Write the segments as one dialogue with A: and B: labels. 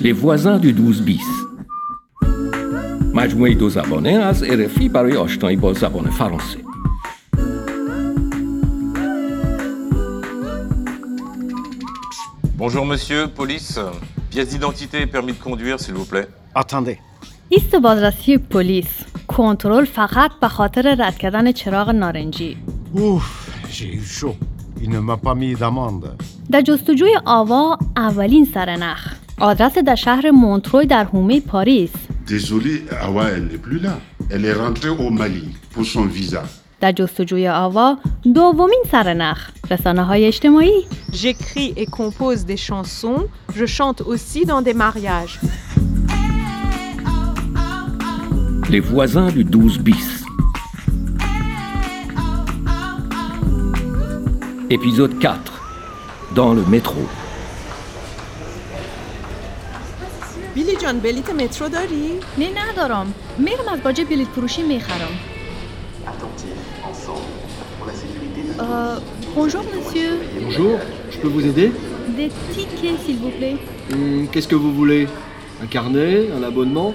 A: Les voisins du 12 بیس مجموعه دو زبانه از RFI برای آشنایی با زبان فرانسه
B: Bonjour monsieur, police. Pièce d'identité et permis de conduire, s'il vous plaît.
C: Attendez,
D: ایست بازرسی پلیس کنترل فقط به خاطر رد کردن چراغ نارنجی
C: ouf, j'ai eu chaud. Il ne m'a pas mis d'amende.
D: در جستجوی آوا اولین سرنخ آدرس در شهر مونتروی در حومه پاریس
E: Désolé, Awa, elle n'est plus là. Elle est rentrée au Mali pour son visa.
D: در جستجوی آوا دومین سرنخ رسانه های اجتماعی
F: J'écris et compose des chansons, je chante aussi dans des mariages.
A: Les voisins du 12 bis. Épisode 4. Dans le métro.
F: Billy John, بلیت مترو داری؟
D: نه ندارم میرم از باجه بلیت فروشی میخرم Bonjour monsieur,
G: Bonjour, je peux vous aider
D: des tickets s'il vous plaît.
G: Hmm, Qu'est-ce que vous voulez Un carnet Un abonnement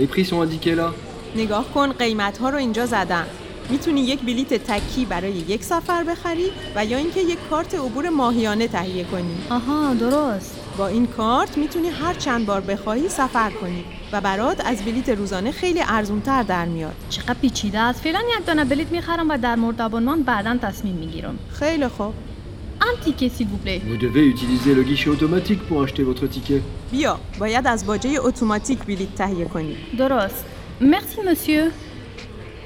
G: Les prix sont indiqués là.
F: نگاه کن قیمت ها رو اینجا زدن. میتونی یک بلیت تکی برای یک سفر بخری و یا اینکه یک کارت عبور ماهیانه تهیه کنی.
D: آها درست
F: با این کارت میتونی هر چند بار بخواهی سفر کنی و برات از بلیت روزانه خیلی ارزونتر در میاد.
D: چقدر پیچیده است فعلا یک دانه بلیت میخرم و در مورد آبونمان بعدا تصمیم میگیرم
F: خیلی خوب.
D: ان تیکه سیل بوپلی
G: Vous devez utiliser le guichet automatique pour acheter votre ticket.
F: بیا باید از باجه اتوماتیک بلیت تهیه کنی.
D: درست مرسی مسیو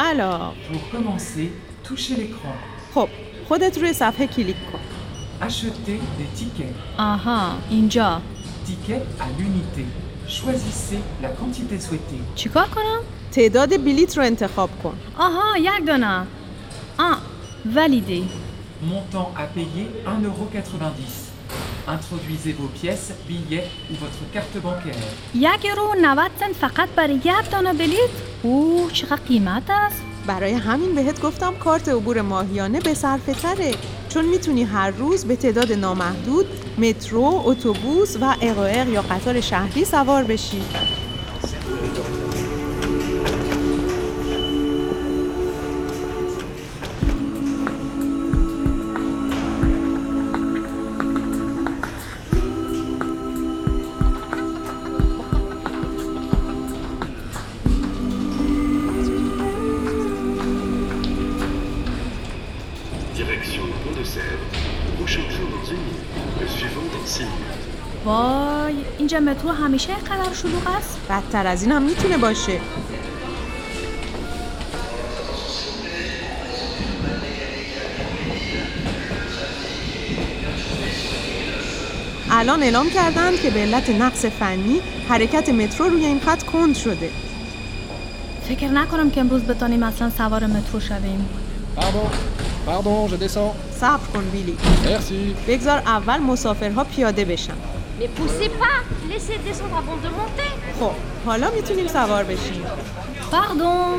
F: الا
H: Pour commencer, touchez l'écran.
F: خب خودت روی صفحه کلیک کن.
H: Achetez des tickets.
D: آها اینجا
H: Tickets à l'unité. Choisissez la quantité souhaitée.
D: چیکار کنم
F: تعداد بلیت رو انتخاب کن.
D: آها یک دانه آ ولیدی
H: Montant à payer 1,90€. Introduisez vos pièces, billets ou votre carte bancaire.
D: یک یورو و 90 سنت فقط برای یک دانه بلیت اوه چقدر قیمت است
F: برای همین بهت گفتم کارت عبور ماهیانه به صرفه تره چون میتونی هر روز به تعداد نامحدود مترو، اتوبوس و اقائق یا قطار شهری سوار بشی
I: Direction le pont de Sèvres. Prochain train dans une minute. Le suivant dans six minutes.
D: وای اینجا مترو همیشه قرار شلوغ است
F: بدتر از این هم میتونه باشه الان اعلام کردند که به علت نقص فنی حرکت مترو روی این خط کند شده
D: فکر نکنم که امروز بتانیم اصلا سوار مترو شویم
J: Pardon, pardon, je descends.
F: صبر کن بیلی
J: Merci.
F: بگذار اول مسافرها پیاده بشن
K: Mais poussez pas Laissez descendre avant de monter
F: خب حالا میتونیم سوار بشیم
D: پردون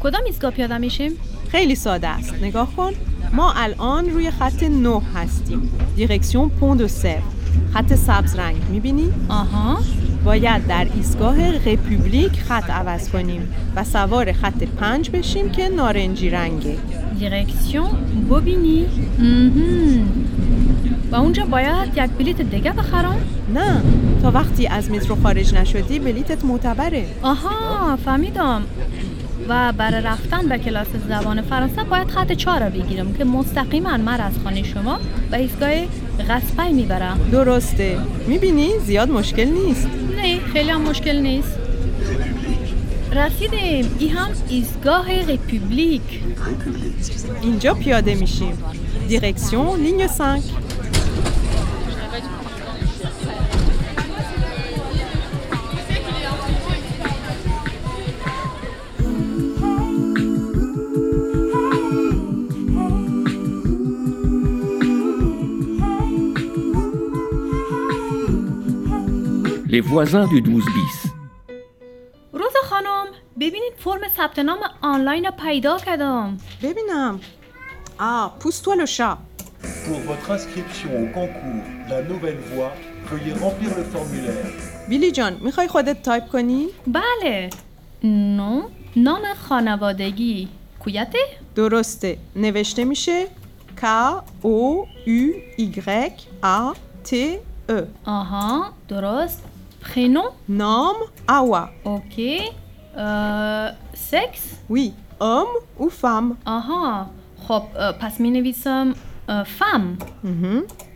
D: کدام ایستگاه پیاده میشیم
F: خیلی ساده است نگاه کن ما الان روی خط 9 هستیم دیرکسیون پوند و سر خط سبز رنگ میبینی؟
D: آها
F: باید در ایستگاه رپوبلیک خط عوض کنیم و سوار خط پنج بشیم که نارنجی رنگه
D: دیرکسیون بوبینی Mm-hmm. و اونجا باید یک بلیت دیگه بخرم
F: نه تا وقتی از مترو خارج نشدی بلیتت معتبره
D: آها فهمیدم و برای رفتن به کلاس زبان فرانسه باید خط چهار را بگیرم که مستقیما من از خانه شما به ایستگاه غصبه میبرم
F: درسته میبینی زیاد مشکل نیست
D: نه خیلی هم مشکل نیست رسیدیم این هم ایستگاه رپوبلیک
F: اینجا پیاده میشیم دیرکسیون لینی 5
A: Les voisins du 12 bis.
D: روزا خانم ببینید فرم ثبت نام آنلاین رو پیدا کردم
F: ببینم Ah, pousse-toi le chat.
L: Pour votre inscription au concours La Nouvelle Voie, veuillez remplir le formulaire.
F: بیلی جان میخوای خودت تایپ کنی؟
D: بله نو نام خانوادگی کویته؟
F: درسته نوشته میشه K O U Y A T E
D: آها درست پرینوم
F: نام آوا
D: اوکی سکس
F: وی ام او فام
D: آها خب اه، پس می نویسم فم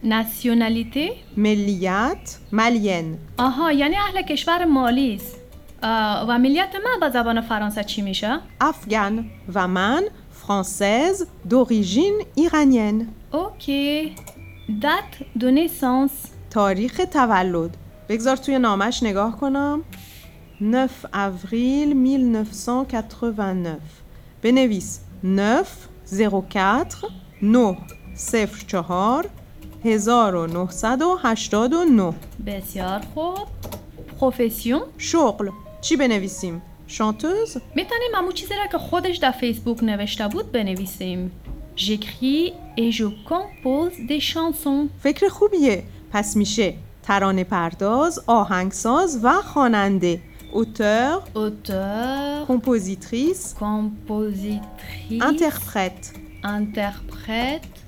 D: نسیونالیته
F: ملیت ملین
D: آها یعنی اهل کشور مالی است اه، و ملیت من به زبان فرانسه چی میشه؟
F: افغان و من فرانسز دوریژین ایرانین
D: اوکی دت دو نسانس
F: تاریخ تولد بگذار توی نامش نگاه کنم 9 avril 1989 بنویس 9 04 9 04 1989
D: بسیار خوب پروفسیون
F: شغل چی بنویسیم؟ شانتوز؟
D: میتونیم همون چیزی را که خودش در فیسبوک نوشته بود بنویسیم J'écris et je compose des chansons.
F: فکر خوبیه پس میشه ترانه پرداز، آهنگساز و خواننده اوتر،
D: Auteur,
F: کمپوزیتریس،
D: compositrice,
F: انترپرت
D: interprète.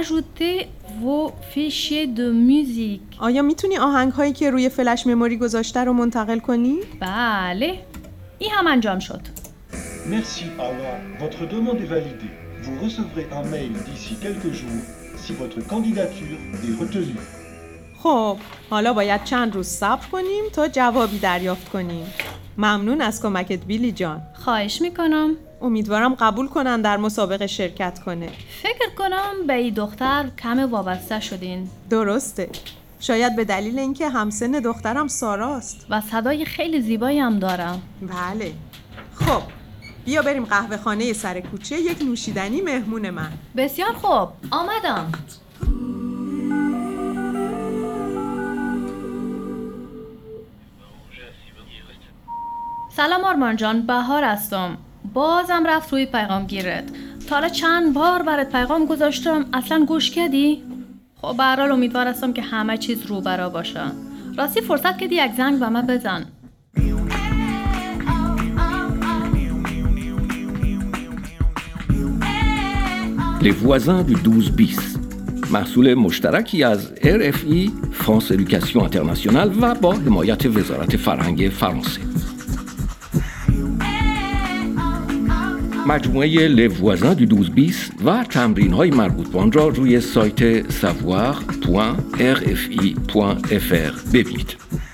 D: Ajoutez vos fichiers de musique.
F: آیا میتونی آهنگ هایی که روی فلش مموری گذاشته رو منتقل کنی؟
D: بله. این هم انجام شد.
L: Merci Awa, votre demande est validée. Vous recevrez un mail d'ici quelques jours si votre candidature est retenue.
F: خب حالا باید چند روز صبر کنیم تا جوابی دریافت کنیم ممنون از کمکت بیلی جان
D: خواهش میکنم.
F: امیدوارم قبول کنن در مسابقه شرکت کنه
D: فکر کنم به این دختر کم وابسته شدین
F: درسته شاید به دلیل اینکه همسن دخترم ساراست
D: و صدای خیلی زیبایی هم دارم.
F: بله خب بیا بریم قهوه خانه سر کوچه یک نوشیدنی مهمون من
D: بسیار خوب. آمدم. سلام آرمان جان بهار هستم بازم رفت روی پیغام گیرت تا حالا چند بار برات پیغام گذاشتم اصلا گوش کردی خب به هر حال امیدوار هستم که همه چیز رو برا باشه راستی فرصت کردی یک زنگ به من بزن
A: Les voisins du 12 bis محصول مشترکی از RFI فرانس Education International و با حمایت وزارت فرهنگ فرانسه مجموعه لوازن دو 12 بیس و تمرین های مربوط به آن را روی سایت savoir.rfi.fr ببینید